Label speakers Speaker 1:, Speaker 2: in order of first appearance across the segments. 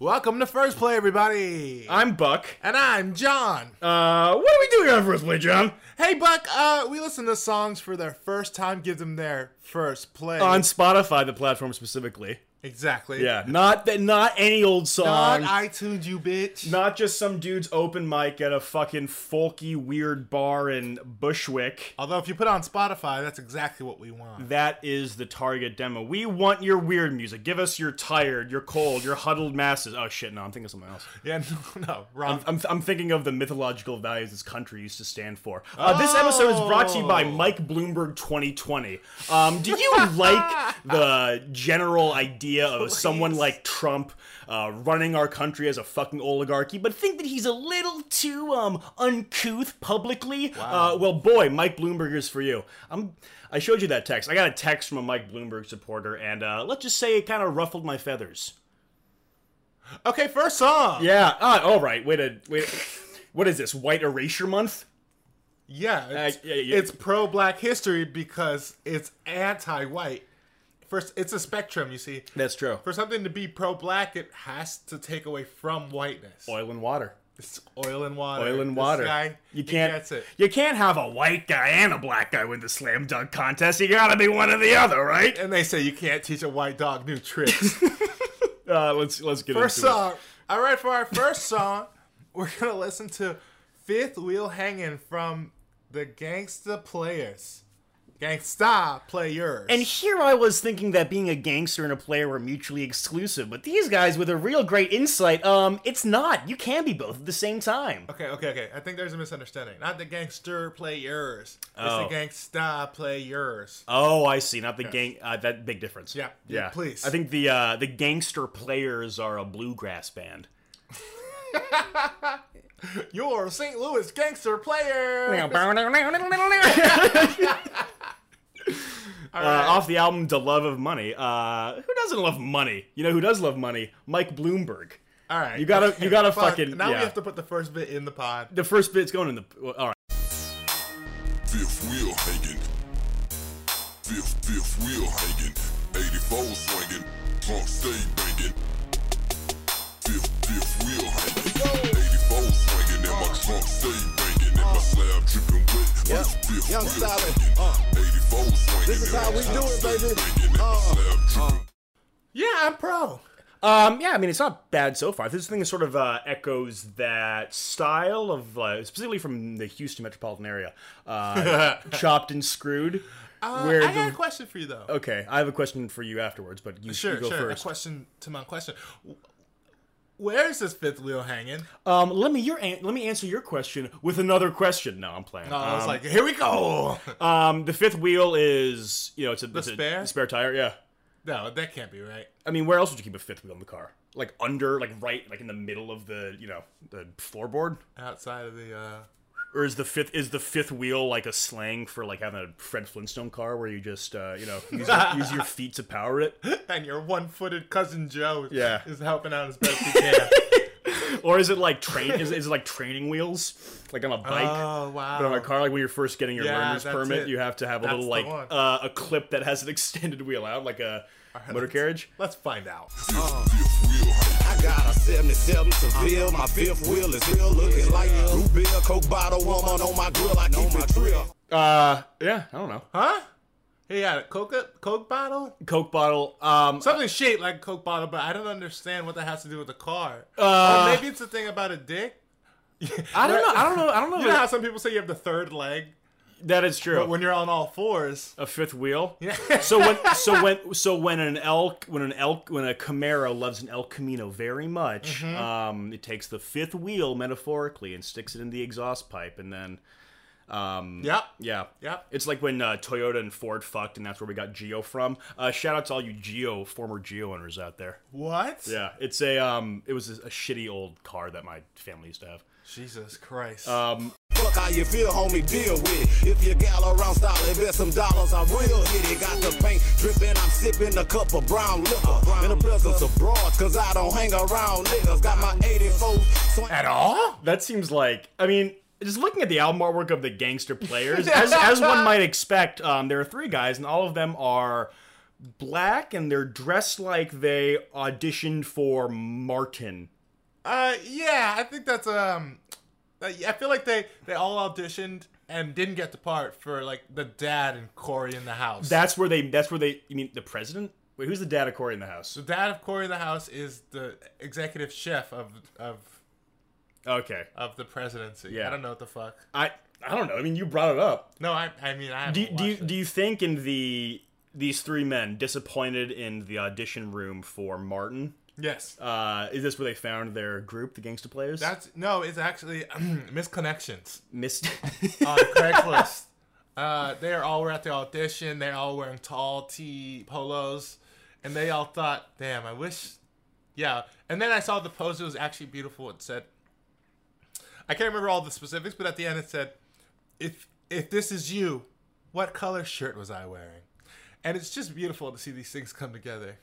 Speaker 1: Welcome to First Play, everybody.
Speaker 2: I'm Buck.
Speaker 1: and I'm John.
Speaker 2: Uh, what are we doing on First Play, John?
Speaker 1: Hey, Buck. Uh, we listen to songs for their first time. Give them their first play.
Speaker 2: On Spotify, the platform specifically.
Speaker 1: exactly.
Speaker 2: Yeah, not that, not any old
Speaker 1: On
Speaker 2: song.
Speaker 1: iTunes, you bitch.
Speaker 2: not just some dude's open mic at a fucking folky weird bar in Bushwick.
Speaker 1: Although if you put it on Spotify, that's exactly what we want.
Speaker 2: That is the target demo. We want your weird music. Give us your tired, your cold, your huddled masses. Oh shit, no, I'm thinking of something else.
Speaker 1: Yeah. No. no wrong.
Speaker 2: I'm, I'm thinking of the mythological values this country used to stand for. Uh, This episode is brought to you by
Speaker 1: Oh.
Speaker 2: Mike Bloomberg 2020. Um, did you like the general idea of someone like Trump uh, running our country as a fucking oligarchy, but think that he's a little too um, uncouth publicly? Uh, well, boy, Mike Bloomberg is for you. I'm. I showed you that text. I got a text from a Mike Bloomberg supporter, and uh, let's just say it kind of ruffled my feathers.
Speaker 1: okay. First song.
Speaker 2: Yeah. Uh, all right. Wait a wait. What is this? White Erasure Month?
Speaker 1: Yeah. It's,
Speaker 2: Uh, yeah, yeah.
Speaker 1: it's pro Black History because it's anti-white. First, it's a spectrum. You see.
Speaker 2: That's true.
Speaker 1: For something to be pro black, it has to take away from whiteness.
Speaker 2: Oil and water.
Speaker 1: It's oil and water.
Speaker 2: Oil and
Speaker 1: This
Speaker 2: water.
Speaker 1: guy, he
Speaker 2: you can't.
Speaker 1: gets it.
Speaker 2: You can't have a white guy and a black guy win the slam dunk contest. You gotta be one or the other, right?
Speaker 1: And they say you can't teach a white dog new tricks.
Speaker 2: Uh, let's let's get
Speaker 1: first
Speaker 2: into
Speaker 1: song. All right, for our first song, we're gonna listen to Fifth Wheel Hanging from the Gangsta Players. Gangsta Players.
Speaker 2: And here I was thinking that being a gangster and a player were mutually exclusive, but these guys with a real great insight, um, it's not. You can be both at the same time.
Speaker 1: okay, okay, okay. I think there's a misunderstanding. Not the gangster players. It's
Speaker 2: Oh.
Speaker 1: the gangsta players.
Speaker 2: Oh, I see. Not the gang. Uh, that big difference.
Speaker 1: Yeah.
Speaker 2: Yeah.
Speaker 1: Please.
Speaker 2: I think the uh, the gangster players are a bluegrass band.
Speaker 1: Your St. Louis gangster player.
Speaker 2: uh,
Speaker 1: All right.
Speaker 2: off the album "The Love of Money." Uh, who doesn't love money? You know who does love money? Mike Bloomberg.
Speaker 1: All right.
Speaker 2: You gotta- you gotta
Speaker 1: Fuck.
Speaker 2: fucking-
Speaker 1: Now
Speaker 2: yeah.
Speaker 1: we have to put the first bit in the pod.
Speaker 2: The first bit's going in the. well, All right.
Speaker 3: Fifth wheel hanging. Fifth, fifth wheel hanging. 84 swinging. Trump stay banging. Fifth, fifth wheel hanging. 84 swinging. And my trunk stay banging. And my slab dripping wet. With fifth
Speaker 4: Young
Speaker 3: wheel
Speaker 4: Sally.
Speaker 3: hanging. 84 swinging.
Speaker 4: This is
Speaker 3: and
Speaker 4: how
Speaker 3: my
Speaker 4: we
Speaker 3: trunk
Speaker 4: do it,
Speaker 3: stay
Speaker 4: baby. Uh,
Speaker 3: banging, and my slab dripping
Speaker 1: Yeah, I'm pro.
Speaker 2: Um, yeah, I mean, it's not bad so far. This thing sort of uh, echoes that style of, uh, specifically from the Houston metropolitan area, uh, chopped and screwed.
Speaker 1: Uh,
Speaker 2: where
Speaker 1: I got a
Speaker 2: the-
Speaker 1: question for you though.
Speaker 2: okay, I have a question for you afterwards, but you,
Speaker 1: Sure,
Speaker 2: you go
Speaker 1: sure. A
Speaker 2: first.
Speaker 1: question to my question. W- Where is this fifth wheel hanging?
Speaker 2: Um, let me your an- let me answer your question with another question. No, I'm playing.
Speaker 1: Oh, I was
Speaker 2: Um,
Speaker 1: like, here we go.
Speaker 2: Um, the fifth wheel is you know it's a, it's a-
Speaker 1: spare?
Speaker 2: a spare tire. Yeah,
Speaker 1: no, that can't be right.
Speaker 2: I mean where else would you keep a fifth wheel in the car? Like under, like right, like in the middle of the you know the floorboard,
Speaker 1: Outside of the. Uh...
Speaker 2: or is the fifth is the fifth wheel like a slang for like having a Fred Flintstone car where you just uh, you know use your, use your feet to power it,
Speaker 1: And your one-footed cousin Joe
Speaker 2: Yeah.
Speaker 1: is helping out as best he can.
Speaker 2: or is it like train is, it- is it like training wheels like on a bike?
Speaker 1: oh
Speaker 2: But on a
Speaker 1: wow!
Speaker 2: car, like when you're first getting your
Speaker 1: Yeah,
Speaker 2: learner's
Speaker 1: that's
Speaker 2: permit,
Speaker 1: it.
Speaker 2: you have to have a
Speaker 1: That's
Speaker 2: little
Speaker 1: the
Speaker 2: like
Speaker 1: one.
Speaker 2: uh, a clip that has an extended wheel out, like a motor carriage.
Speaker 1: Let's find out.
Speaker 3: wet. Fifth wheel hanging.
Speaker 4: uh.
Speaker 3: Uh-huh.
Speaker 4: I got a 77 Seville. My fifth wheel is still looking like blue beer, coke bottle, woman on my grill. I keep it real.
Speaker 2: Uh, yeah, I don't know.
Speaker 1: Huh? He had a coca coke bottle,
Speaker 2: Coke bottle. Um,
Speaker 1: something shaped like a coke bottle, but I don't understand what that has to do with the car.
Speaker 2: Uh,
Speaker 1: or maybe it's a thing about a dick.
Speaker 2: I don't know. I don't know. I don't know.
Speaker 1: You know how some people say you have the third leg,
Speaker 2: that is true.
Speaker 1: but when you're on all fours,
Speaker 2: a fifth wheel.
Speaker 1: Yeah.
Speaker 2: so when so when so when an elk when an elk when a Camaro loves an El Camino very much,
Speaker 1: Mm-hmm.
Speaker 2: um, it takes the fifth wheel metaphorically and sticks it in the exhaust pipe, and then Um,
Speaker 1: yep,
Speaker 2: yeah,
Speaker 1: Yep.
Speaker 2: It's like when uh, Toyota and Ford fucked, and that's where we got Geo from. Uh, shout out to all you Geo former Geo owners out there.
Speaker 1: what?
Speaker 2: Yeah, it's a um, it was a, a shitty old car that my family used to have.
Speaker 1: Jesus Christ.
Speaker 4: Fuck how you feel, homie, deal with it. If you gal around style, invest some dollars, I real hit it. Got the paint dripping, I'm sipping a cup of brown liquor. In the presence of broads, cause I don't hang around niggas. Got my 84 swing.
Speaker 1: At all?
Speaker 2: That seems like, I mean, just looking at the album artwork of the gangster players, as, as one might expect, um, there are three guys, and all of them are black and they're dressed like they auditioned for Martin.
Speaker 1: Uh, yeah, I think that's um, I I feel like they they all auditioned and didn't get the part for like the dad and Corey in the house.
Speaker 2: That's where they. That's where they. You mean the president? Wait, who's the dad of Corey in the house?
Speaker 1: the dad of Corey in the house is the executive chef of of
Speaker 2: Okay,
Speaker 1: of the presidency.
Speaker 2: Yeah.
Speaker 1: I don't know what the fuck.
Speaker 2: I I don't know. I mean, you brought it up.
Speaker 1: No, I I mean I haven't
Speaker 2: Do you- do you,
Speaker 1: watched it.
Speaker 2: do you think in the these three men disappointed in the audition room for Martin?
Speaker 1: yes.
Speaker 2: Uh, is this where they found their group, the Gangsta Players?
Speaker 1: That's no, it's actually misconnections
Speaker 2: missed.
Speaker 1: on Craigslist. Uh, they all were at the audition. They're all wearing tall tee polos, and they all thought, "Damn, I wish." Yeah, and then I saw the post. It was actually beautiful. It said, "I can't remember all the specifics, but at the end it said, if if this is you, what color shirt was I wearing?" And it's just beautiful to see these things come together.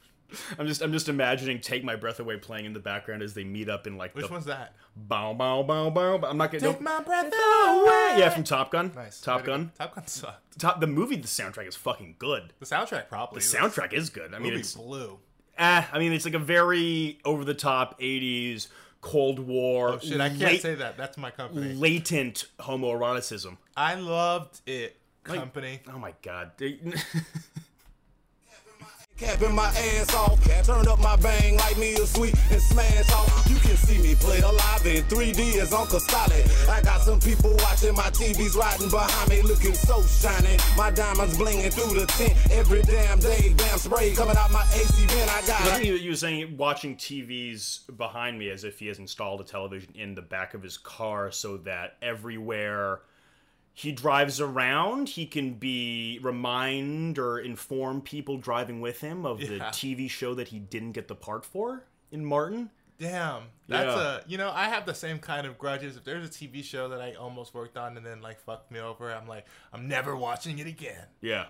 Speaker 2: I'm just I'm just imagining "Take My Breath Away" playing in the background as they meet up in like
Speaker 1: Which
Speaker 2: the
Speaker 1: one's that?
Speaker 2: bow bow bow bow. bow. I'm not gonna
Speaker 1: Take
Speaker 2: don't-
Speaker 1: my breath away.
Speaker 2: Yeah, from Top Gun.
Speaker 1: Nice. Way
Speaker 2: Top
Speaker 1: to go.
Speaker 2: Gun.
Speaker 1: Top Gun sucked.
Speaker 2: Top the movie. The soundtrack is fucking good.
Speaker 1: The soundtrack probably.
Speaker 2: The soundtrack is good. I mean,
Speaker 1: movie
Speaker 2: it's
Speaker 1: blew.
Speaker 2: eh, I mean, it's like a very over the top '80s Cold War.
Speaker 1: Oh shit, I can't
Speaker 2: late-
Speaker 1: say that. That's my company.
Speaker 2: latent homoeroticism.
Speaker 1: I loved it. Company.
Speaker 2: Oh my god. They-
Speaker 4: Capping my ass off, turn up my bang like me a sweet and smash off. You can see me play alive in 3D as Uncle Solid. I got some people watching my TVs riding behind me, looking so shiny. My diamonds blinging through the tent every damn day. Damn spray coming out my AC vent. I got.
Speaker 2: I think you, you were saying watching TVs behind me as if he has installed a television in the back of his car so that everywhere he drives around, he can be remind or inform people driving with him of the
Speaker 1: Yeah.
Speaker 2: TV show that he didn't get the part for in Martin.
Speaker 1: Damn. That's
Speaker 2: Yeah.
Speaker 1: a you know, I have the same kind of grudges. If there's a TV show that I almost worked on and then like fucked me over, I'm like, I'm never watching it again.
Speaker 2: Yeah.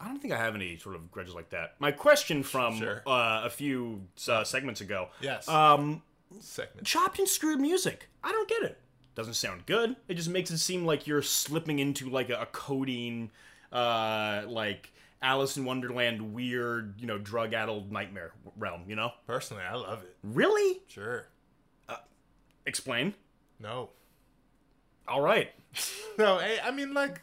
Speaker 2: I don't think I have any sort of grudges like that. My question from
Speaker 1: Sure.
Speaker 2: uh, a few uh, segments ago.
Speaker 1: Yes.
Speaker 2: Um,
Speaker 1: Segment.
Speaker 2: chopped and screwed music. I don't get it. Doesn't sound good. It just makes it seem like you're slipping into like a, a codeine, uh, like Alice in Wonderland weird, you know, drug addled nightmare realm. You know?
Speaker 1: Personally, I love it.
Speaker 2: Really?
Speaker 1: Sure.
Speaker 2: Explain.
Speaker 1: No.
Speaker 2: All right.
Speaker 1: No, eh, I, I mean like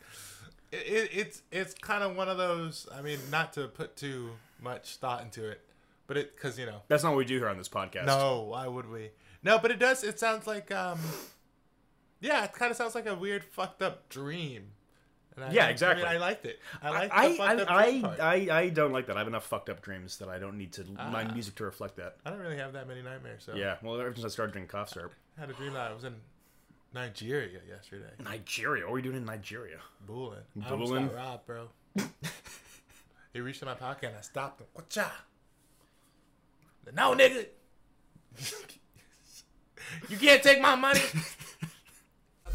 Speaker 1: it, it, it's it's kind of one of those. I mean, not to put too much thought into it, but it because you know
Speaker 2: That's not what we do here on this podcast.
Speaker 1: No, why would we? No, but it does. It sounds like um, yeah, it kind of sounds like a weird fucked up dream. And I,
Speaker 2: Yeah,
Speaker 1: I mean,
Speaker 2: exactly.
Speaker 1: I liked it. I
Speaker 2: I,
Speaker 1: liked the
Speaker 2: I,
Speaker 1: fucked up dream
Speaker 2: I,
Speaker 1: part. Ah. I,
Speaker 2: I, I don't like that. I have enough fucked up dreams that I don't need to my music to reflect that.
Speaker 1: don't really have that many nightmares. So
Speaker 2: Yeah. Well, ever since I started drinking cough syrup,
Speaker 1: I had a dream that I was in Nigeria yesterday.
Speaker 2: Nigeria. What are we doing in Nigeria?
Speaker 1: Booling. I almost
Speaker 2: Booling.
Speaker 1: got robbed, bro. he reached in my pocket and I stopped him. Whatcha? No, nigga. you can't take my money.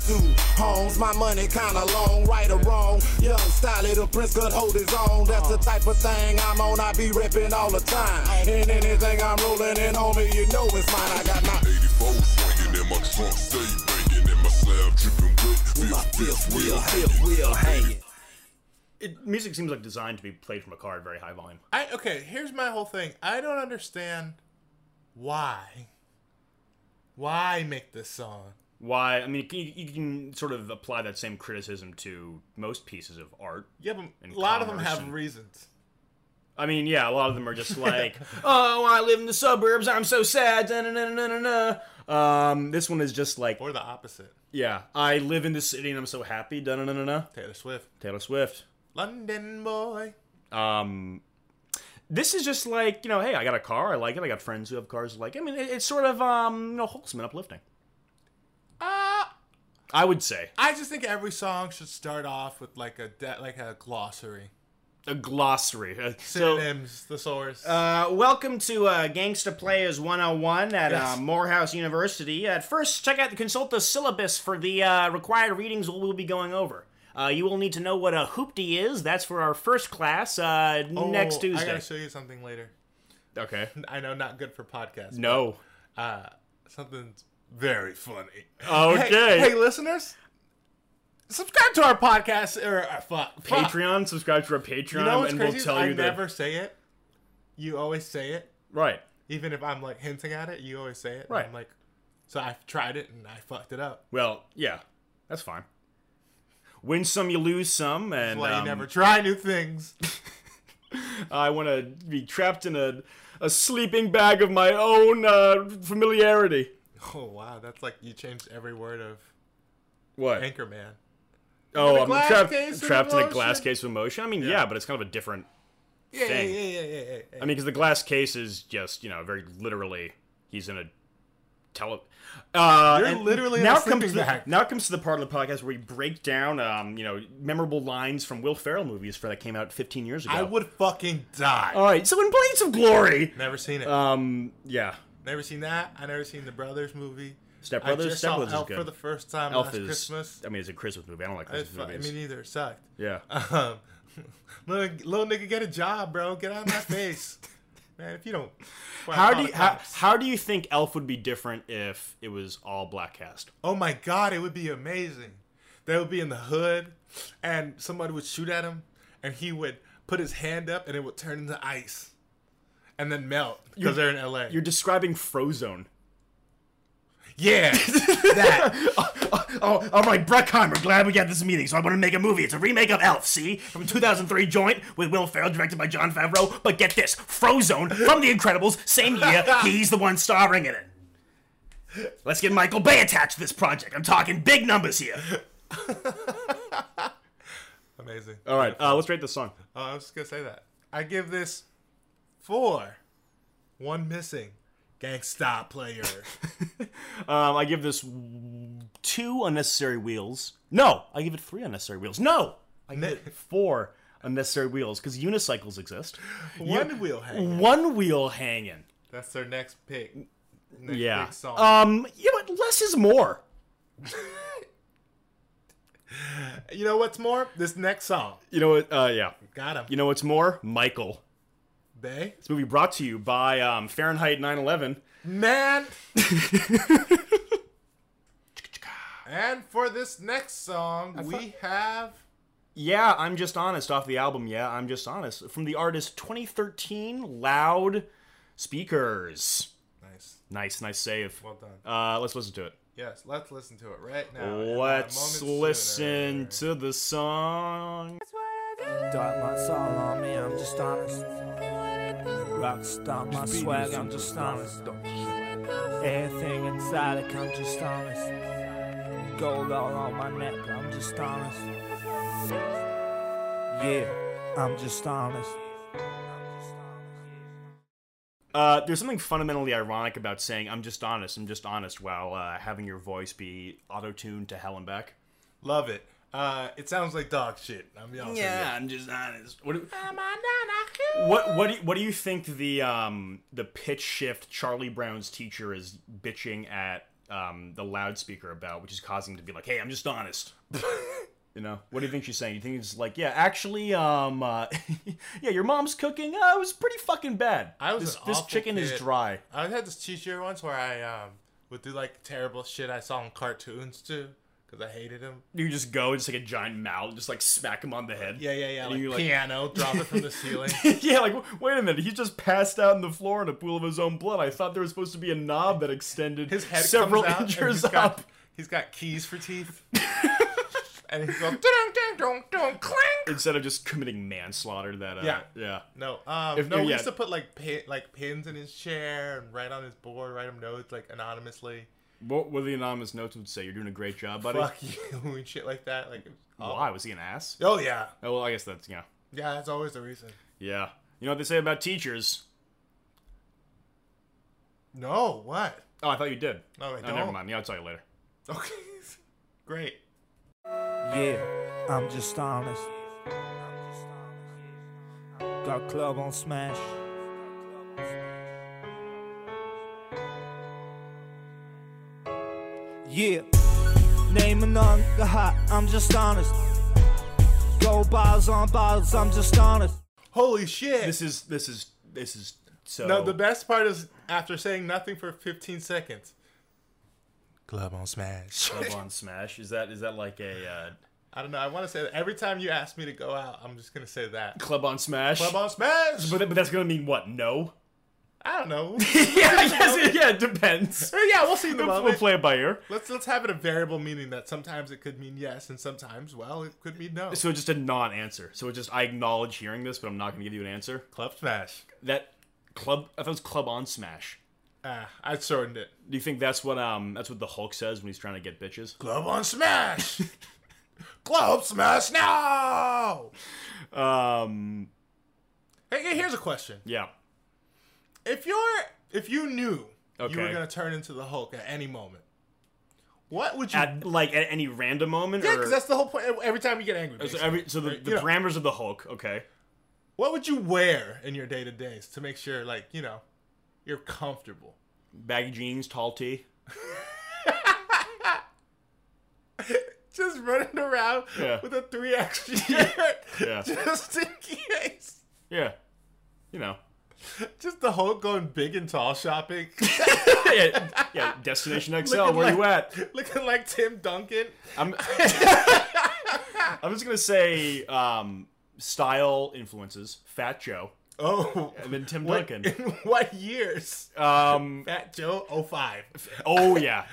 Speaker 4: two homes. My money kinda long, right or wrong. Young stylish, the prince could hold his own. That's the type of thing I'm on. I be reppin' all the time. And anything I'm rollin' in, homie, you know it's mine. I got my
Speaker 3: 84 swinging and my trunk stay banging and my slab dripping wet.
Speaker 4: my
Speaker 3: Fifth, fifth
Speaker 4: fifth wheel,
Speaker 3: wheel
Speaker 4: fifth
Speaker 3: hanging.
Speaker 4: wheel hanging.
Speaker 2: It, music seems like designed to be played from a car at very high volume.
Speaker 1: I okay, here's my whole thing. I don't understand why. Why make this song?
Speaker 2: why i mean you, can- you can sort of apply that same criticism to most pieces of art
Speaker 1: Yeah, but
Speaker 2: And
Speaker 1: a lot of them
Speaker 2: commerce
Speaker 1: have
Speaker 2: and-
Speaker 1: reasons.
Speaker 2: i mean yeah a lot of them are just like oh i live in the suburbs i'm so sad da, na, na, na, na, na." um this one is just like
Speaker 1: Or the opposite.
Speaker 2: yeah i live in the city and i'm so happy da, na, na, na, na.
Speaker 1: Taylor Swift.
Speaker 2: taylor swift
Speaker 1: London boy.
Speaker 2: um this is just like you know hey i got a car i like it i got friends who have cars who like it. i mean it, it's sort of um you know wholesome and uplifting
Speaker 1: Uh,
Speaker 2: i would say
Speaker 1: I just think every song should start off with like a de- like a glossary.
Speaker 2: a glossary Uh, so-
Speaker 1: Synonyms, the source.
Speaker 2: Uh, welcome to uh, Gangsta Players 101 at uh,
Speaker 1: Yes.
Speaker 2: Morehouse University. At first, check out consult the syllabus for the uh, required readings we'll, we'll be going over. Uh, you will need to know what a hoopty is. That's for our first class uh,
Speaker 1: Oh,
Speaker 2: next
Speaker 1: I
Speaker 2: Tuesday.
Speaker 1: gotta show you something later.
Speaker 2: Okay.
Speaker 1: I know, not good for podcasts.
Speaker 2: No.
Speaker 1: Uh, something's very funny.
Speaker 2: Okay.
Speaker 1: Hey, hey, listeners, subscribe to our podcast or uh, fuck fuck.
Speaker 2: Patreon, subscribe to our Patreon,
Speaker 1: You know what's
Speaker 2: and
Speaker 1: crazy?
Speaker 2: we'll
Speaker 1: is
Speaker 2: tell
Speaker 1: I
Speaker 2: you the
Speaker 1: never say it. You always say it,
Speaker 2: right.
Speaker 1: even if I'm like hinting at it. You always say it. and
Speaker 2: Right.
Speaker 1: I'm like, so I've tried it and I fucked it up.
Speaker 2: Well, yeah, that's fine. Win some, you lose some, and
Speaker 1: That's why
Speaker 2: um,
Speaker 1: you never try new things.
Speaker 2: I want to be trapped in a, a sleeping bag of my own uh, familiarity.
Speaker 1: Oh wow, that's like you changed every word of
Speaker 2: What?
Speaker 1: Anchorman.
Speaker 2: oh, I'm
Speaker 1: glass
Speaker 2: trapped,
Speaker 1: case of
Speaker 2: trapped in a glass
Speaker 1: emotion.
Speaker 2: case of emotion. I mean, yeah. but it's kind of a different.
Speaker 1: Yeah, yeah,
Speaker 2: Dang.
Speaker 1: yeah, yeah, yeah, yeah, yeah.
Speaker 2: I mean, because the glass case is just you know very literally he's in a tele. Uh,
Speaker 1: You're
Speaker 2: and
Speaker 1: literally in
Speaker 2: now
Speaker 1: a
Speaker 2: it comes
Speaker 1: sleeping
Speaker 2: to the-
Speaker 1: bag.
Speaker 2: now it comes to the part of the podcast where we break down um, you know memorable lines from Will Ferrell movies for that came out 15 years ago.
Speaker 1: I would fucking die.
Speaker 2: All right, so in Blades of Glory.
Speaker 1: never seen it.
Speaker 2: Um, yeah,
Speaker 1: never seen that. I never seen the Brothers movie.
Speaker 2: Step
Speaker 1: I
Speaker 2: Brothers.
Speaker 1: just
Speaker 2: Step
Speaker 1: saw
Speaker 2: Brothers is
Speaker 1: Elf
Speaker 2: good.
Speaker 1: for the first time
Speaker 2: Elf
Speaker 1: last
Speaker 2: is.
Speaker 1: Christmas.
Speaker 2: I mean, it's a Christmas movie. I don't like
Speaker 1: I,
Speaker 2: Christmas movies.
Speaker 1: mean, either it sucked.
Speaker 2: yeah.
Speaker 1: Um, little, little nigga, get a job, bro. Get out of my face, man. If you don't, well,
Speaker 2: How
Speaker 1: call
Speaker 2: do you,
Speaker 1: the
Speaker 2: how,
Speaker 1: cops.
Speaker 2: how do you think Elf would be different if it was all black cast?
Speaker 1: Oh my god, it would be amazing. They would be in the hood, and somebody would shoot at him, and he would put his hand up, and it would turn into ice, and then melt
Speaker 2: You're-
Speaker 1: because they're in L.A.
Speaker 2: You're describing Frozone.
Speaker 1: Yeah, that.
Speaker 2: Oh, all right, Bruckheimer. Glad we got this meeting. So I want to make a movie. It's a remake of Elf. See, from 2003, joint with Will Ferrell, directed by John Favreau. But get this, Frozone from The Incredibles, same year. He's the one starring in it. Let's get Michael Bay attached to this project. I'm talking big numbers here.
Speaker 1: Amazing.
Speaker 2: All right, uh, let's rate this song.
Speaker 1: Oh, I was just gonna say that. I give this four, one missing, gangsta player.
Speaker 2: Um, I give this two unnecessary wheels. No, I give it three unnecessary wheels. No, I give it four unnecessary wheels because unicycles exist.
Speaker 1: one wheel hang.
Speaker 2: One wheel hanging.
Speaker 1: That's their next pick. Next
Speaker 2: Yeah.
Speaker 1: Big song.
Speaker 2: Um, you know what? Less is more.
Speaker 1: you know what's more? This next song.
Speaker 2: You know what? Uh, yeah.
Speaker 1: Got him.
Speaker 2: You know what's more? Michael.
Speaker 1: Bay.
Speaker 2: This movie brought to you by um, Fahrenheit 9/11.
Speaker 1: Man. and for this next song, we have
Speaker 2: Yeah, I'm just honest off the album. Yeah, I'm just honest from the artist 2013 Loud Speakers.
Speaker 1: nice.
Speaker 2: Nice, nice save.
Speaker 1: Well done.
Speaker 2: Uh, let's listen to it.
Speaker 1: Yes, let's listen to it right now. and not a
Speaker 2: Let's
Speaker 1: moment
Speaker 2: listen
Speaker 1: sooner.
Speaker 2: to the song.
Speaker 5: Dark lights all on me, I'm just honest. Rockstar, my swag, I'm just honest. Everything exotic, I'm just honest. Gold all on my neck, I'm just honest. Yeah, I'm just honest.
Speaker 2: Uh, there's something fundamentally ironic about saying "I'm just honest, I'm just honest" while uh, having your voice be auto-tuned to hell and back.
Speaker 1: Love it. Uh, it sounds like dog shit. I'm be honest with you.
Speaker 2: Oh, I'm just honest. What do, what what do you, what do you think the um the pitch shift Charlie Brown's teacher is bitching at um the loudspeaker about, which is causing him to be like, "Hey, I'm just honest." you know, what do you think she's saying? You think it's like, "Yeah, actually, um, uh, yeah, your mom's cooking. Uh, it was pretty fucking bad.
Speaker 1: I was
Speaker 2: this,
Speaker 1: an
Speaker 2: this
Speaker 1: awful
Speaker 2: chicken is
Speaker 1: kid.
Speaker 2: dry."
Speaker 1: I had this teacher once where I um, would do like terrible shit I saw in cartoons too, because I hated him.
Speaker 2: You just go, just like a giant mallet, just like smack him on the head.
Speaker 1: Yeah, yeah, yeah.
Speaker 2: And
Speaker 1: Like,
Speaker 2: you,
Speaker 1: piano, drop it from the ceiling.
Speaker 2: yeah, like w- wait a minute, he just passed out on the floor in a pool of his own blood. I thought there was supposed to be a knob that extended
Speaker 1: His head
Speaker 2: several
Speaker 1: comes out. and
Speaker 2: inches
Speaker 1: he's
Speaker 2: up.
Speaker 1: Got, he's got keys for teeth. and he's going dong dong dong dong clink.
Speaker 2: Instead of just committing manslaughter, that uh, yeah,
Speaker 1: Yeah.
Speaker 2: yeah,
Speaker 1: No, um,
Speaker 2: If-
Speaker 1: no.
Speaker 2: if-
Speaker 1: we
Speaker 2: yeah.
Speaker 1: used to put like pin, like pins in his chair and write on his board, write him notes like anonymously.
Speaker 2: what were the anonymous notes would say? You're doing a great job, buddy.
Speaker 1: Fuck you and shit like that. Like, it was awful.
Speaker 2: Why was he an ass?
Speaker 1: Oh yeah,
Speaker 2: Oh, well, I guess that's yeah,
Speaker 1: yeah. That's always the reason.
Speaker 2: yeah. You know what they say about teachers?
Speaker 1: No, what?
Speaker 2: Oh, I thought you did.
Speaker 1: No, I
Speaker 2: Oh, never
Speaker 1: don't.
Speaker 2: mind. Yeah, I'll tell you later.
Speaker 1: Okay, great.
Speaker 5: Yeah, I'm just honest. Got club on smash. Yeah, naming on the hot, I'm just honest. Gold bars on bars, I'm just honest.
Speaker 1: Holy shit.
Speaker 2: This is this is this is so.
Speaker 1: no, the best part is after saying nothing for 15 seconds. Club on smash.
Speaker 2: Club on Smash is that is that like a uh,
Speaker 1: I don't know. I want to say that every time you ask me to go out, I'm just gonna say that.
Speaker 2: Club on Smash.
Speaker 1: Club on Smash.
Speaker 2: But, but that's gonna mean what? No.
Speaker 1: I don't know.
Speaker 2: yeah, I guess. Yeah, it depends.
Speaker 1: yeah, we'll see in the
Speaker 2: We'll, we'll
Speaker 1: moment.
Speaker 2: play it by ear.
Speaker 1: Let's let's have it a variable meaning that sometimes it could mean yes and sometimes well it could mean no.
Speaker 2: So just a non-answer. So it just I acknowledge hearing this, but I'm not gonna give you an answer.
Speaker 1: Club Smash.
Speaker 2: That club. I thought it was Club on Smash.
Speaker 1: Ah, I shortened it.
Speaker 2: Do you think that's what um that's what the Hulk says when he's trying to get bitches?
Speaker 1: Club on Smash. Club Smash now.
Speaker 2: Um.
Speaker 1: Hey, hey, here's a question.
Speaker 2: Yeah.
Speaker 1: If you're if you knew you were
Speaker 2: Okay.
Speaker 1: gonna turn into the Hulk at any moment, what would you?
Speaker 2: At like at any random moment.
Speaker 1: yeah,
Speaker 2: or...
Speaker 1: because that's the whole point. Every time you get angry,
Speaker 2: So,
Speaker 1: basically.
Speaker 2: every, so the,
Speaker 1: Like,
Speaker 2: the
Speaker 1: you know,
Speaker 2: parameters of the Hulk, okay.
Speaker 1: what would you wear in your day to days to make sure, like you know, you're comfortable?
Speaker 2: Baggy jeans, tall tee.
Speaker 1: Just running around
Speaker 2: Yeah.
Speaker 1: with a three X shirt,
Speaker 2: Yeah.
Speaker 1: just in case.
Speaker 2: Yeah. You know.
Speaker 1: Just the Hulk going big and tall shopping,
Speaker 2: yeah, yeah, Destination XL,
Speaker 1: Looking
Speaker 2: where you
Speaker 1: like-
Speaker 2: at?
Speaker 1: looking like Tim Duncan.
Speaker 2: I'm I'm just gonna say um style influences, Fat Joe.
Speaker 1: Oh,
Speaker 2: And then Tim
Speaker 1: what,
Speaker 2: Duncan.
Speaker 1: In what years?
Speaker 2: Um
Speaker 1: Fat Joe 05.
Speaker 2: oh yeah.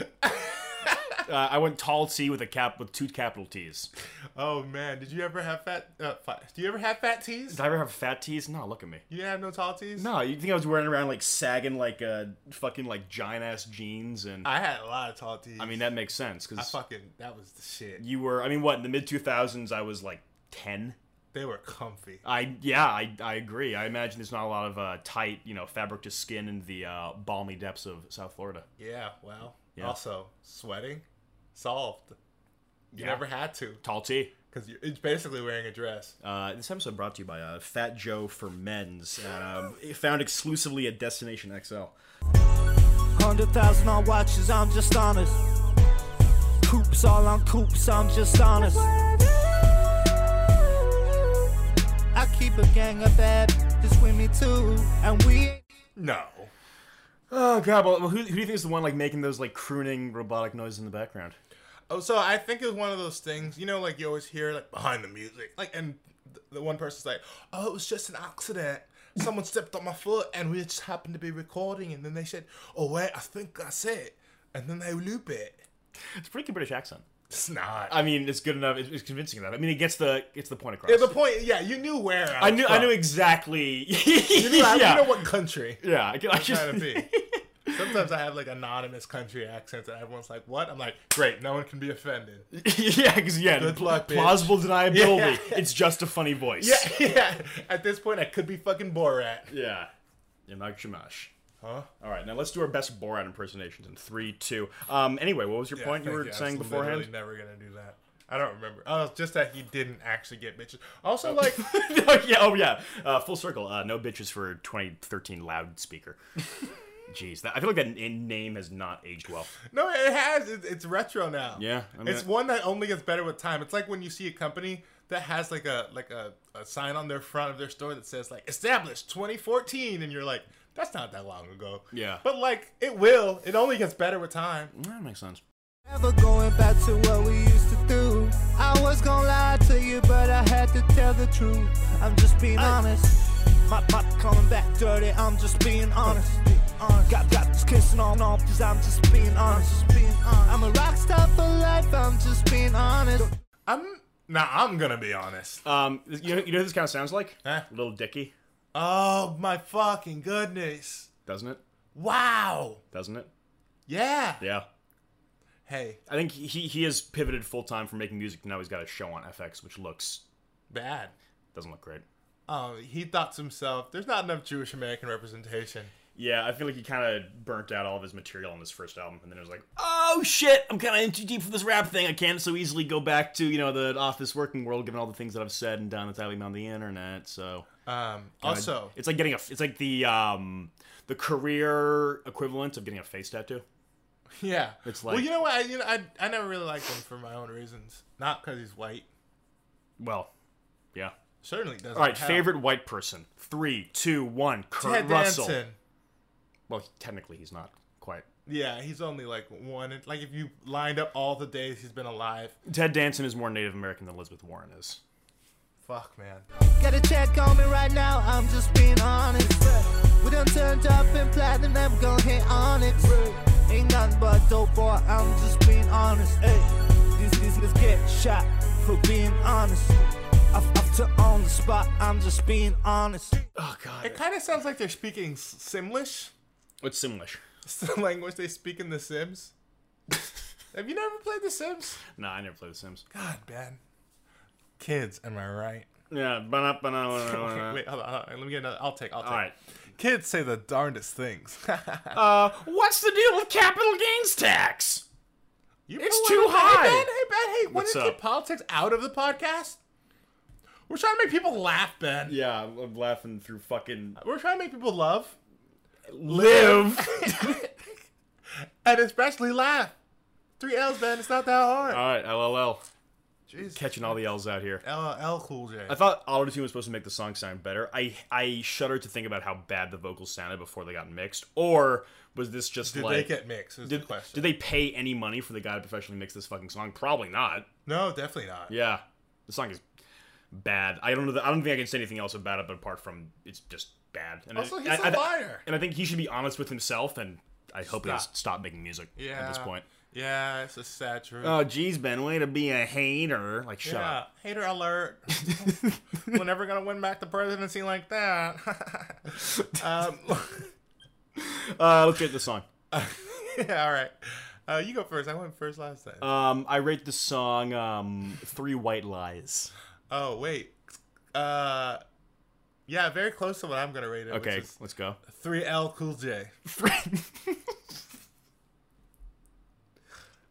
Speaker 2: Uh, I went tall T with a cap with two capital T's.
Speaker 1: Oh man, did you ever have fat? Uh, fi- do you ever have fat tees?
Speaker 2: Did I ever have fat T's? No, look at me.
Speaker 1: You didn't have no tall tees.
Speaker 2: No, you think I was wearing around like sagging like uh fucking like giant ass jeans and I,
Speaker 1: I had a lot of tall tees.
Speaker 2: mean that makes sense
Speaker 1: I
Speaker 2: because
Speaker 1: fucking that was the shit.
Speaker 2: you were i mean what in the mid 2000s i was like 10
Speaker 1: They were comfy.
Speaker 2: i yeah i, I agree i imagine there's not a lot of uh, tight you know fabric to skin in the uh, balmy depths of south florida
Speaker 1: Yeah. Well.
Speaker 2: Yeah.
Speaker 1: Also, sweating solved. You
Speaker 2: Yeah.
Speaker 1: never had to
Speaker 2: tall tee
Speaker 1: because it's basically wearing a dress.
Speaker 2: uh, this episode brought to you by uh, fat joe for men's um, found exclusively at destination xl
Speaker 5: Hundred thousand on watches, I'm just honest. Coops all on coops, I'm just honest. I keep a gang of bad bitches with me too, and we.
Speaker 1: No.
Speaker 2: oh god well who, who do you think is the one like making those like crooning robotic noises in the background
Speaker 1: Oh, so I think it was one of those things. You know, like you always hear like behind the music, like and th- the one person's like, "Oh, it was just an accident." Someone stepped on my foot, and we just happened to be recording, and then they said, "Oh wait, I think that's it," and then they loop it.
Speaker 2: it's a pretty good british accent
Speaker 1: It's not.
Speaker 2: i mean it's good enough it's, it's convincing enough i mean it gets the it's the point across
Speaker 1: Yeah, the point. Yeah, you knew where.
Speaker 2: i knew i
Speaker 1: from.
Speaker 2: knew exactly
Speaker 1: You knew, I-
Speaker 2: yeah.
Speaker 1: you know what country
Speaker 2: yeah i, can, I
Speaker 1: I'm trying
Speaker 2: just
Speaker 1: to be. Sometimes I have like anonymous country accents, and everyone's like, "What?" I'm like, "Great, no one can be offended."
Speaker 2: yeah, because yeah,
Speaker 1: Good luck, bitch.
Speaker 2: plausible deniability.
Speaker 1: Yeah.
Speaker 2: It's just a funny voice.
Speaker 1: Yeah, yeah. At this point, I could be fucking Borat.
Speaker 2: yeah. Yeah, Mike Shamash.
Speaker 1: Huh?
Speaker 2: All right, now let's do our best Borat impersonations in three, two. Um. Anyway, what was your
Speaker 1: Yeah,
Speaker 2: point you
Speaker 1: thank
Speaker 2: were
Speaker 1: I
Speaker 2: saying
Speaker 1: was literally
Speaker 2: beforehand?
Speaker 1: Never gonna do that. I don't remember. Oh, just that he didn't actually get bitches. Also, like,
Speaker 2: oh, yeah. Oh yeah. Uh, full circle. Uh, no bitches for 2013 loudspeaker. Jeez, that, I feel like that n- name has not aged well.
Speaker 1: no, it has. It, it's retro now.
Speaker 2: Yeah, I mean-
Speaker 1: it's one that only gets better with time. It's like when you see a company that has like a like a, a sign on their front of their store that says like established 2014, and you're like, that's not that long ago.
Speaker 2: Yeah.
Speaker 1: But like, it will. It only gets better with time.
Speaker 2: That makes sense.
Speaker 5: Never going back to what we used to do. I was gonna lie to you, but I had to tell the truth. I'm just being honest. My pop coming back dirty, I'm just being honest. honest. Got got this kissing on off, cause I'm just being honest. I'm a rock star for life, I'm just being honest.
Speaker 1: I'm now. I'm gonna be honest.
Speaker 2: Um. You know, you know, who this kind of sounds like
Speaker 1: Huh?
Speaker 2: Little Dicky,
Speaker 1: Oh my fucking goodness!
Speaker 2: doesn't it?
Speaker 1: Wow.
Speaker 2: Doesn't it?
Speaker 1: Yeah.
Speaker 2: Yeah.
Speaker 1: Hey,
Speaker 2: I think he he has pivoted full time from making music. to Now he's got a show on FX, which looks
Speaker 1: bad.
Speaker 2: doesn't look great.
Speaker 1: Um, he thought to himself, "There's not enough Jewish American representation."
Speaker 2: Yeah, I feel like he kind of burnt out all of his material on this first album, and then it was like, oh shit, I'm kind of in too deep for this rap thing. I can't so easily go back to you know the office working world, given all the things that I've said and done that's out on the internet. So
Speaker 1: Um,
Speaker 2: I'd-
Speaker 1: also,
Speaker 2: it's like getting a it's like the um the career equivalent of getting a face tattoo.
Speaker 1: yeah,
Speaker 2: it's
Speaker 1: well,
Speaker 2: like-
Speaker 1: you know what? I, you know, I, I never really liked him for my own reasons, not because he's white.
Speaker 2: Well, yeah.
Speaker 1: Certainly doesn't.
Speaker 2: All right,
Speaker 1: help.
Speaker 2: favorite white person. Three, two, one. Kurt
Speaker 1: Ted
Speaker 2: Russell.
Speaker 1: Danson.
Speaker 2: Well, technically he's not quite
Speaker 1: Yeah, he's only like one. Like if you lined up all the days he's been alive,
Speaker 2: Ted Danson is more Native American than Elizabeth Warren is.
Speaker 1: fuck man.
Speaker 5: Got a check on me right now, I'm just being honest. We done turned up in platinum and we gon' hit on it. Ain't nothing but dope boy, I'm just being honest. Hey, these these niggas get shot for being honest. I've, I've to on the spot, I'm just being honest.
Speaker 2: Oh God,
Speaker 1: It kind of sounds like they're speaking S- Simlish.
Speaker 2: what's Simlish?
Speaker 1: It's the language they speak in The Sims. Have you never played The Sims?
Speaker 2: No, I never played The Sims.
Speaker 1: God, man. Kids, am I right?
Speaker 2: Yeah, ba-na, ba-na, ba-na, ba-na.
Speaker 1: Wait, hold on, hold on. Let me get another. I'll take. I'll take.
Speaker 2: Uh-huh. All right.
Speaker 1: Kids say the darndest things.
Speaker 2: Uh, what's the deal with capital gains tax?
Speaker 1: You
Speaker 2: It's
Speaker 1: pull
Speaker 2: too
Speaker 1: everything- Hey,
Speaker 2: high.
Speaker 1: Ben, hey, Ben, hey, want
Speaker 2: What's
Speaker 1: to
Speaker 2: up?
Speaker 1: keep politics out of the podcast? We're trying to make people laugh, Ben.
Speaker 2: Yeah, I'm laughing through fucking
Speaker 1: We're trying to make people love,
Speaker 2: live.
Speaker 1: and especially laugh. Three L's, Ben. It's not that hard.
Speaker 2: all right, LOL.
Speaker 1: Jeez.
Speaker 2: Catching all the L's out here.
Speaker 1: L L Cool J.
Speaker 2: I thought autotune was supposed to make the song sound better. I I shudder to think about how bad the vocals sounded before they got mixed. Or was this just
Speaker 1: Did
Speaker 2: like
Speaker 1: they get mixed? Is
Speaker 2: did,
Speaker 1: the question.
Speaker 2: did they pay any money for the guy to professionally mix this fucking song? Probably not.
Speaker 1: no, definitely not.
Speaker 2: Yeah, the song is bad. I don't know. That, I don't think I can say anything else about it, but apart from it's just bad. And
Speaker 1: Also,
Speaker 2: I,
Speaker 1: he's
Speaker 2: I-
Speaker 1: a
Speaker 2: I-
Speaker 1: liar.
Speaker 2: and I think he should be honest with himself. And I hope he'll
Speaker 1: Stop.
Speaker 2: stop making music
Speaker 1: Yeah.
Speaker 2: at this point.
Speaker 1: Yeah, it's a sad truth.
Speaker 2: Oh, geez, Ben, way to be a hater. Like, shut
Speaker 1: yeah.
Speaker 2: up.
Speaker 1: Hater alert. We're never gonna win back the presidency like that. um,
Speaker 2: Uh, let's get the song.
Speaker 1: yeah. All right. Uh, you go first. I went first last time.
Speaker 2: Um, I rate the song um, Three White Lies.
Speaker 1: Oh wait. Uh yeah, very close to what I'm gonna rate it.
Speaker 2: Okay,
Speaker 1: Which is
Speaker 2: let's go.
Speaker 1: three L Cool J.
Speaker 2: Three.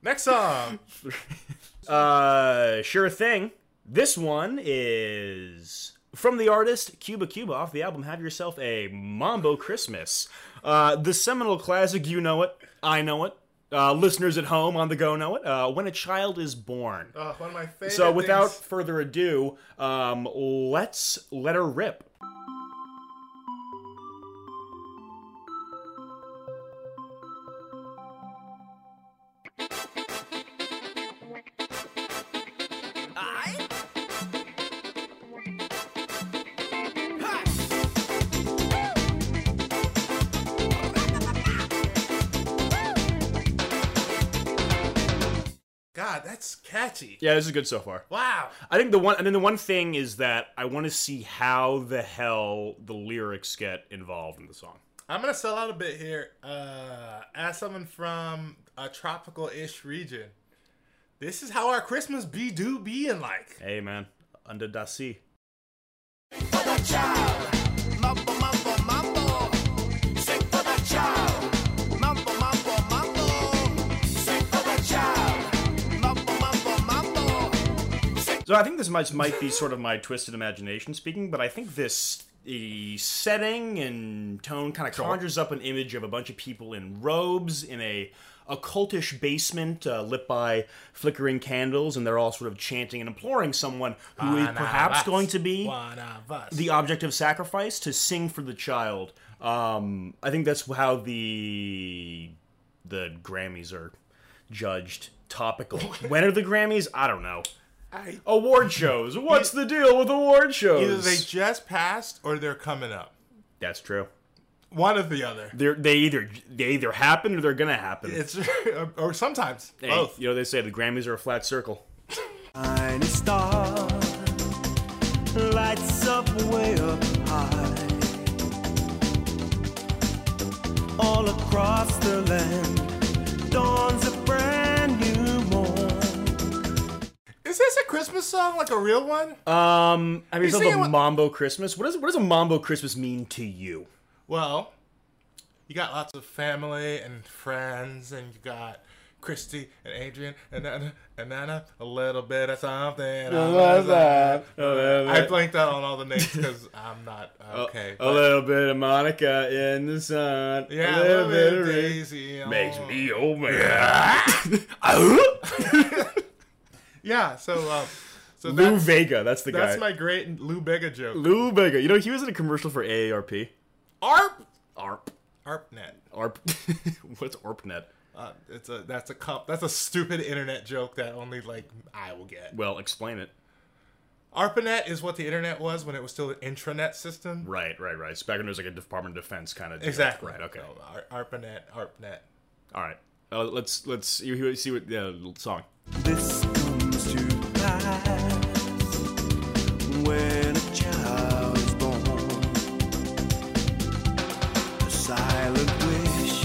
Speaker 1: Next song.
Speaker 2: uh, sure thing. This one is from the artist Cuba Cuba off the album Have Yourself a Mambo Christmas. Uh, the seminal classic, you know it, I know it. Uh, listeners at home on the go know it. Uh, when a child is born.
Speaker 1: oh, one of my favorite.
Speaker 2: So without
Speaker 1: things.
Speaker 2: further ado, um, let's let her rip.
Speaker 1: God, that's catchy.
Speaker 2: Yeah, this is good so far.
Speaker 1: Wow.
Speaker 2: I think the one, and then the one thing is that I want to see how the hell the lyrics get involved in the song.
Speaker 1: I'm gonna sell out a bit here. Uh as someone from a tropical ish region. This is how our Christmas be do being like.
Speaker 2: Hey, man, under the sea.
Speaker 6: Mambo, mambo, mambo. Sing for the child. Mambo, mambo, mambo. Sing for the child. Mambo, mambo, mambo.
Speaker 2: So I think this might might be sort of my twisted imagination speaking, but I think this the setting and tone kind of conjures up an image of a bunch of people in robes in a occultish basement uh, lit by flickering candles, and they're all sort of chanting and imploring someone who is
Speaker 1: One of
Speaker 2: perhaps
Speaker 1: us.
Speaker 2: going to be
Speaker 1: Ah, one of us.
Speaker 2: the object of sacrifice to sing for the child. Um, I think that's how the the Grammys are judged. Topical. when are the Grammys? I don't know.
Speaker 1: I-
Speaker 2: Award shows. What's the deal with award
Speaker 1: Either
Speaker 2: shows?
Speaker 1: they just passed or they're coming up.
Speaker 2: That's true.
Speaker 1: One or the other.
Speaker 2: They're, they either they either happen or they're gonna happen.
Speaker 1: It's or sometimes
Speaker 2: Hey,
Speaker 1: both.
Speaker 2: You know they say the Grammys are a flat circle.
Speaker 5: Tiny star lights up way up high. All across the land dawns a brand new morn.
Speaker 1: Is this a Christmas song, like a real one?
Speaker 2: Um, I mean, it's
Speaker 1: He's
Speaker 2: not the
Speaker 1: singing what-
Speaker 2: Mambo Christmas. What does what does a Mambo Christmas mean to you?
Speaker 1: well, you got lots of family and friends, and you got Christy and Adrian and Anna and Anna. A little bit of something. I blanked out on all the names because I'm not okay.
Speaker 2: Oh, A little bit of Monica in the sun.
Speaker 1: yeah, a little, bit of Daisy. oh.
Speaker 2: Makes me old man.
Speaker 1: Yeah, so um, so
Speaker 2: Lou
Speaker 1: that's,
Speaker 2: Vega, that's the
Speaker 1: that's
Speaker 2: guy.
Speaker 1: my great Lou Bega joke.
Speaker 2: Lou Vega. You know, he was in a commercial for AARP.
Speaker 1: Arp,
Speaker 2: ARP.
Speaker 1: ARPNet.
Speaker 2: ARP. What's ARPNet?
Speaker 1: Uh, it's a that's a cup that's a stupid internet joke that only like I will get.
Speaker 2: Well, explain it.
Speaker 1: ARPANET is what the internet was when it was still an intranet system.
Speaker 2: Right, right, right. So back when it was like a Department of Defense kind of deal.
Speaker 1: Exactly.
Speaker 2: Right. Okay.
Speaker 1: So, Ar- ARPANET, ARPNet.
Speaker 2: All right. Uh, let's let's see see what the song.
Speaker 7: This comes to pass when a child is born. A silent wish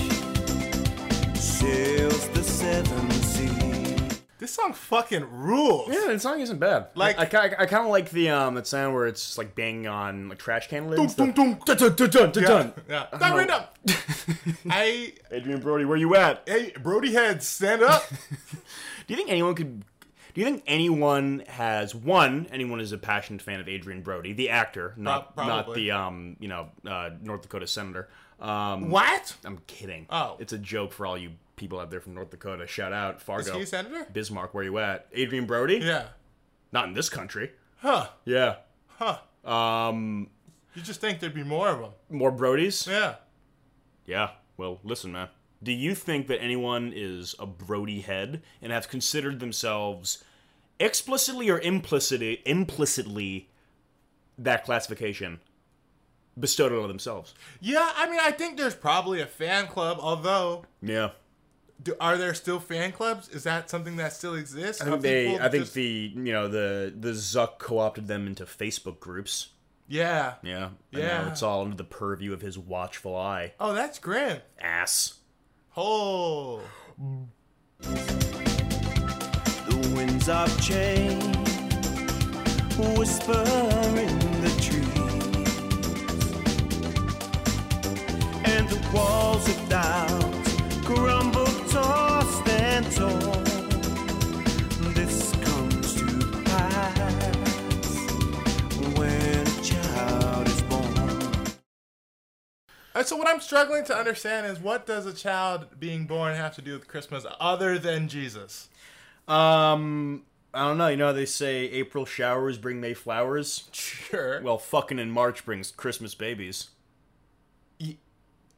Speaker 7: sails the seven seas.
Speaker 1: This song fucking rules.
Speaker 2: Yeah, that song isn't bad.
Speaker 1: Like-
Speaker 2: I, I, I kind of like the um that sound where it's just, like banging on like trash can lids.
Speaker 1: Dun,
Speaker 2: The-
Speaker 1: dun,
Speaker 2: Dun, dun, dun, dun, dun,
Speaker 1: Yeah.
Speaker 2: dun.
Speaker 1: yeah.
Speaker 2: I don't
Speaker 1: Stand
Speaker 2: know.
Speaker 1: up. I
Speaker 2: Adrian Brody, where you at? Do
Speaker 1: hey Brody head, stand up.
Speaker 2: you think anyone could? Do you think anyone has one? Anyone is a passionate fan of Adrian Brody, the actor, not
Speaker 1: Prob-
Speaker 2: not
Speaker 1: probably.
Speaker 2: the um you know uh, North Dakota senator. Um,
Speaker 1: what?
Speaker 2: I'm kidding.
Speaker 1: Oh.
Speaker 2: It's a joke for all you people out there from North Dakota. Shout out Fargo.
Speaker 1: Is he a senator?
Speaker 2: Bismarck, where you at? Adrian Brody?
Speaker 1: Yeah.
Speaker 2: Not in this country.
Speaker 1: Huh.
Speaker 2: Yeah.
Speaker 1: Huh.
Speaker 2: Um
Speaker 1: You just think there'd be more of them.
Speaker 2: more Brodies?
Speaker 1: Yeah.
Speaker 2: Yeah. Well, listen, man. Do you think that anyone is a Brody head and have considered themselves explicitly or implicitly implicitly that classification bestowed on themselves?
Speaker 1: Yeah, I mean I think there's probably a fan club, although
Speaker 2: Yeah.
Speaker 1: do, are there still fan clubs? Is that something that still exists?
Speaker 2: I think they I think the you know the the Zuck co-opted them into Facebook groups.
Speaker 1: Yeah.
Speaker 2: Yeah. And
Speaker 1: Yeah.
Speaker 2: now it's all under the purview of his watchful eye.
Speaker 1: Oh, that's grand.
Speaker 2: Ass.
Speaker 1: Oh.
Speaker 7: The winds of change whisper in the trees, and the walls of doubt crumble, tossed and torn. This comes to pass when a child is born.
Speaker 1: Uh, So what I'm struggling to understand is what does a child being born have to do with Christmas other than Jesus?
Speaker 2: Um, I don't know. You know how they say April showers bring May flowers?
Speaker 1: Sure.
Speaker 2: Well, fucking in March brings Christmas babies. Or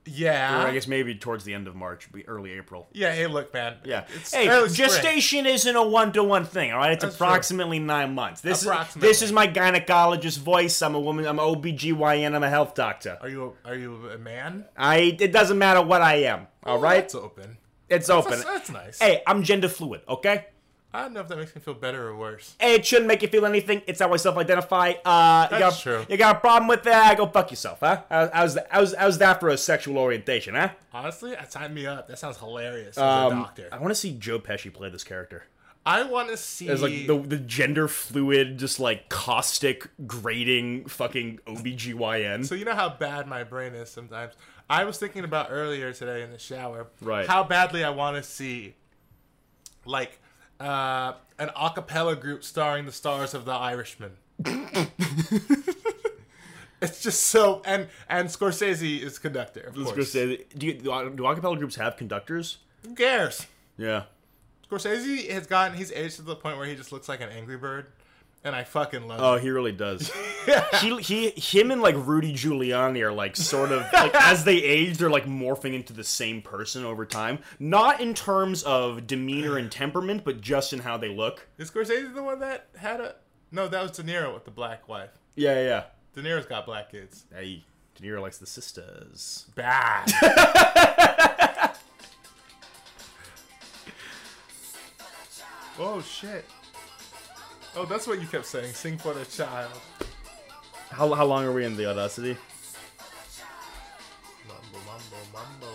Speaker 1: yeah.
Speaker 2: I guess maybe towards the end of March, be early April.
Speaker 1: yeah. Hey, look, man.
Speaker 2: Yeah.
Speaker 1: It's
Speaker 2: hey,
Speaker 1: early spring.
Speaker 2: gestation isn't a one-to-one thing. All right, it's
Speaker 1: That's true.
Speaker 2: approximately nine months. This is
Speaker 1: Approximately.
Speaker 2: this is my gynecologist voice. I'm a woman. I'm a OBGYN. I'm a health doctor.
Speaker 1: Are you a, are you a man?
Speaker 2: I. It doesn't matter what I am. All right,
Speaker 1: It's open.
Speaker 2: it's open.
Speaker 1: That's, that's nice.
Speaker 2: Hey, I'm gender fluid. Okay.
Speaker 1: I don't know if that makes me feel better or worse.
Speaker 2: Hey, it shouldn't make you feel anything. It's how I self-identify. Uh, you
Speaker 1: That's
Speaker 2: got,
Speaker 1: true.
Speaker 2: You got a problem with that? Go fuck yourself, huh? How- How's that, how's, how's that for a sexual orientation, huh?
Speaker 1: Honestly, I signed me up. That sounds hilarious as a
Speaker 2: Um,
Speaker 1: doctor.
Speaker 2: I want to see Joe Pesci play this character
Speaker 1: I want to see
Speaker 2: as like the the gender fluid, just like caustic, grating, fucking OBGYN.
Speaker 1: So you know how bad my brain is sometimes. I was thinking about earlier today in the shower,
Speaker 2: Right.
Speaker 1: How badly I want to see, like, uh, an a cappella group starring the stars of The Irishman. it's just so, and and Scorsese is conductor. Of course.
Speaker 2: do you, do acapella groups have conductors?
Speaker 1: Who cares?
Speaker 2: Yeah.
Speaker 1: Scorsese has gotten he's aged to the point where he just looks like an Angry Bird, and I fucking love.
Speaker 2: Oh, he really does. he, he, him, and like Rudy Giuliani are like sort of like as they age, they're like morphing into the same person over time. Not in terms of demeanor and temperament, but just in how they look.
Speaker 1: it. Is Scorsese the one that had a? No, that was De Niro with the black wife.
Speaker 2: Yeah, yeah. yeah.
Speaker 1: De Niro's got black kids.
Speaker 2: Hey, De Niro likes the sisters.
Speaker 1: Bad. oh shit. Oh, that's what you kept saying. Sing for the child.
Speaker 2: How, how long are we in the audacity?
Speaker 1: Mumbo, mumbo, mumbo.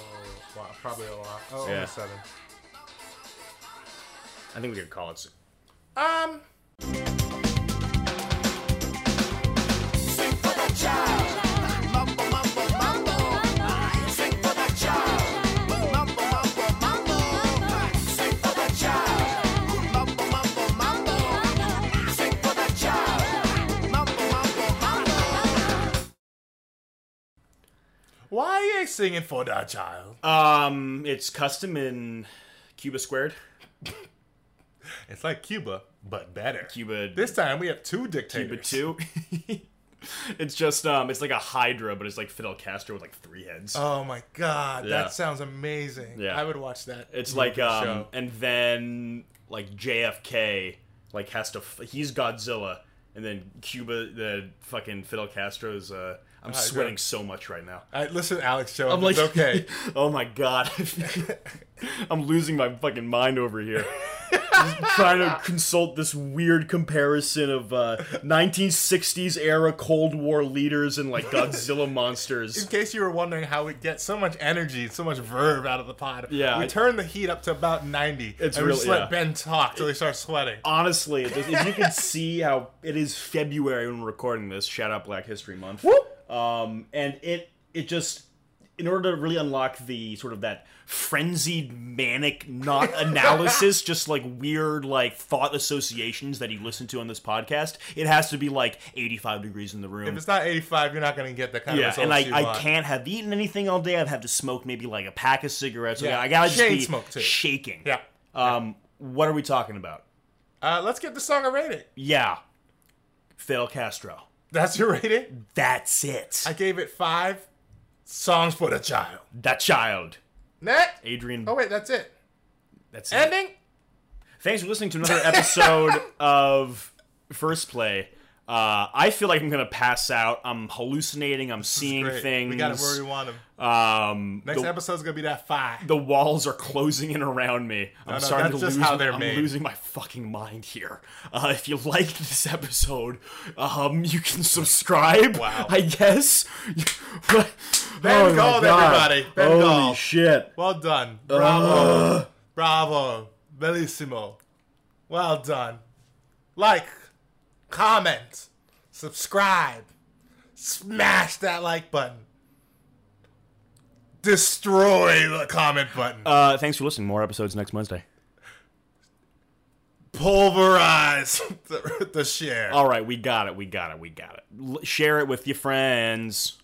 Speaker 1: Wow, probably a lot. Oh,
Speaker 2: Yeah.
Speaker 1: only seven.
Speaker 2: I think we could call it. soon.
Speaker 1: Um,
Speaker 6: Sing for the child. Mambo, mambo, mambo. Sing for the child. Mambo, mambo, mambo. Sing for the child. Mambo, mambo, mambo. Sing for the child. Mambo, mambo, mambo.
Speaker 1: why are you singing for the child?
Speaker 2: Um, it's custom in Cuba squared.
Speaker 1: It's like Cuba, but better.
Speaker 2: Cuba.
Speaker 1: This time we have two dictators.
Speaker 2: Cuba two. It's just um, it's like a hydra, but it's like Fidel Castro with like three heads.
Speaker 1: Oh my god,
Speaker 2: Yeah.
Speaker 1: that sounds amazing.
Speaker 2: Yeah.
Speaker 1: I would watch that.
Speaker 2: It's like um,
Speaker 1: show.
Speaker 2: and then like JFK like has to f- he's Godzilla, and then Cuba the fucking Fidel Castro's. Uh, I'm sweating so much right now.
Speaker 1: I, listen, Alex, show
Speaker 2: I'm
Speaker 1: him.
Speaker 2: like,
Speaker 1: it's okay.
Speaker 2: oh my god, I'm losing my fucking mind over here. Just trying to consult this weird comparison of uh, 1960s era Cold War leaders and like Godzilla monsters.
Speaker 1: In case you were wondering how we get so much energy, so much verve out of the pod,
Speaker 2: Yeah,
Speaker 1: we
Speaker 2: I-
Speaker 1: turn the heat up to about 90.
Speaker 2: It's
Speaker 1: and we
Speaker 2: real-
Speaker 1: just let
Speaker 2: yeah. Uh,
Speaker 1: Ben talk till he starts sweating.
Speaker 2: Honestly, it just- if you could see how it is February when we're recording this, shout out Black History Month. Um, and it it just in order to really unlock the sort of that frenzied manic not analysis just like weird like thought associations that you listen to on this podcast it has to be like 85 degrees in the room
Speaker 1: If it's not 85, you're not going to get the kind
Speaker 2: yeah,
Speaker 1: of results
Speaker 2: and I,
Speaker 1: you
Speaker 2: I
Speaker 1: want.
Speaker 2: can't have eaten anything all day. I've had to smoke maybe like a pack of cigarettes.
Speaker 1: Yeah,
Speaker 2: Yeah, I gotta just
Speaker 1: shade
Speaker 2: be
Speaker 1: smoke, too.
Speaker 2: shaking.
Speaker 1: Yeah.
Speaker 2: Um, what are we talking about?
Speaker 1: Uh, let's get the song a rating.
Speaker 2: Yeah, Fidel Castro.
Speaker 1: That's your rating?
Speaker 2: That's it.
Speaker 1: I gave it five songs for the child.
Speaker 2: that child,
Speaker 1: Net?
Speaker 2: Adrian.
Speaker 1: Oh, wait, that's it.
Speaker 2: that's it.
Speaker 1: Ending?
Speaker 2: Thanks for listening to another episode of First Play. Uh, I feel like I'm gonna pass out. I'm hallucinating. I'm seeing
Speaker 1: Great.
Speaker 2: things.
Speaker 1: We got it where we want them.
Speaker 2: Um,
Speaker 1: Next
Speaker 2: the,
Speaker 1: episode's going to be that five.
Speaker 2: the walls are closing in around me. I'm
Speaker 1: no,
Speaker 2: starting
Speaker 1: that's
Speaker 2: to
Speaker 1: just
Speaker 2: lose.
Speaker 1: how they're
Speaker 2: I'm
Speaker 1: made.
Speaker 2: losing my fucking mind here. Uh, if you liked this episode, um, you can subscribe.
Speaker 1: Wow.
Speaker 2: I guess. ben
Speaker 1: Ben Gold, everybody. Ben
Speaker 2: Holy
Speaker 1: Gold.
Speaker 2: shit.
Speaker 1: Well done. Bravo. Bravo. Bellissimo. Well done. Like, comment, subscribe, smash that like button. Destroy the comment button.
Speaker 2: Uh, thanks for listening. More episodes next Wednesday.
Speaker 1: Pulverize the, the share.
Speaker 2: All right, we got it. We got it. We got it. L- share it with your friends.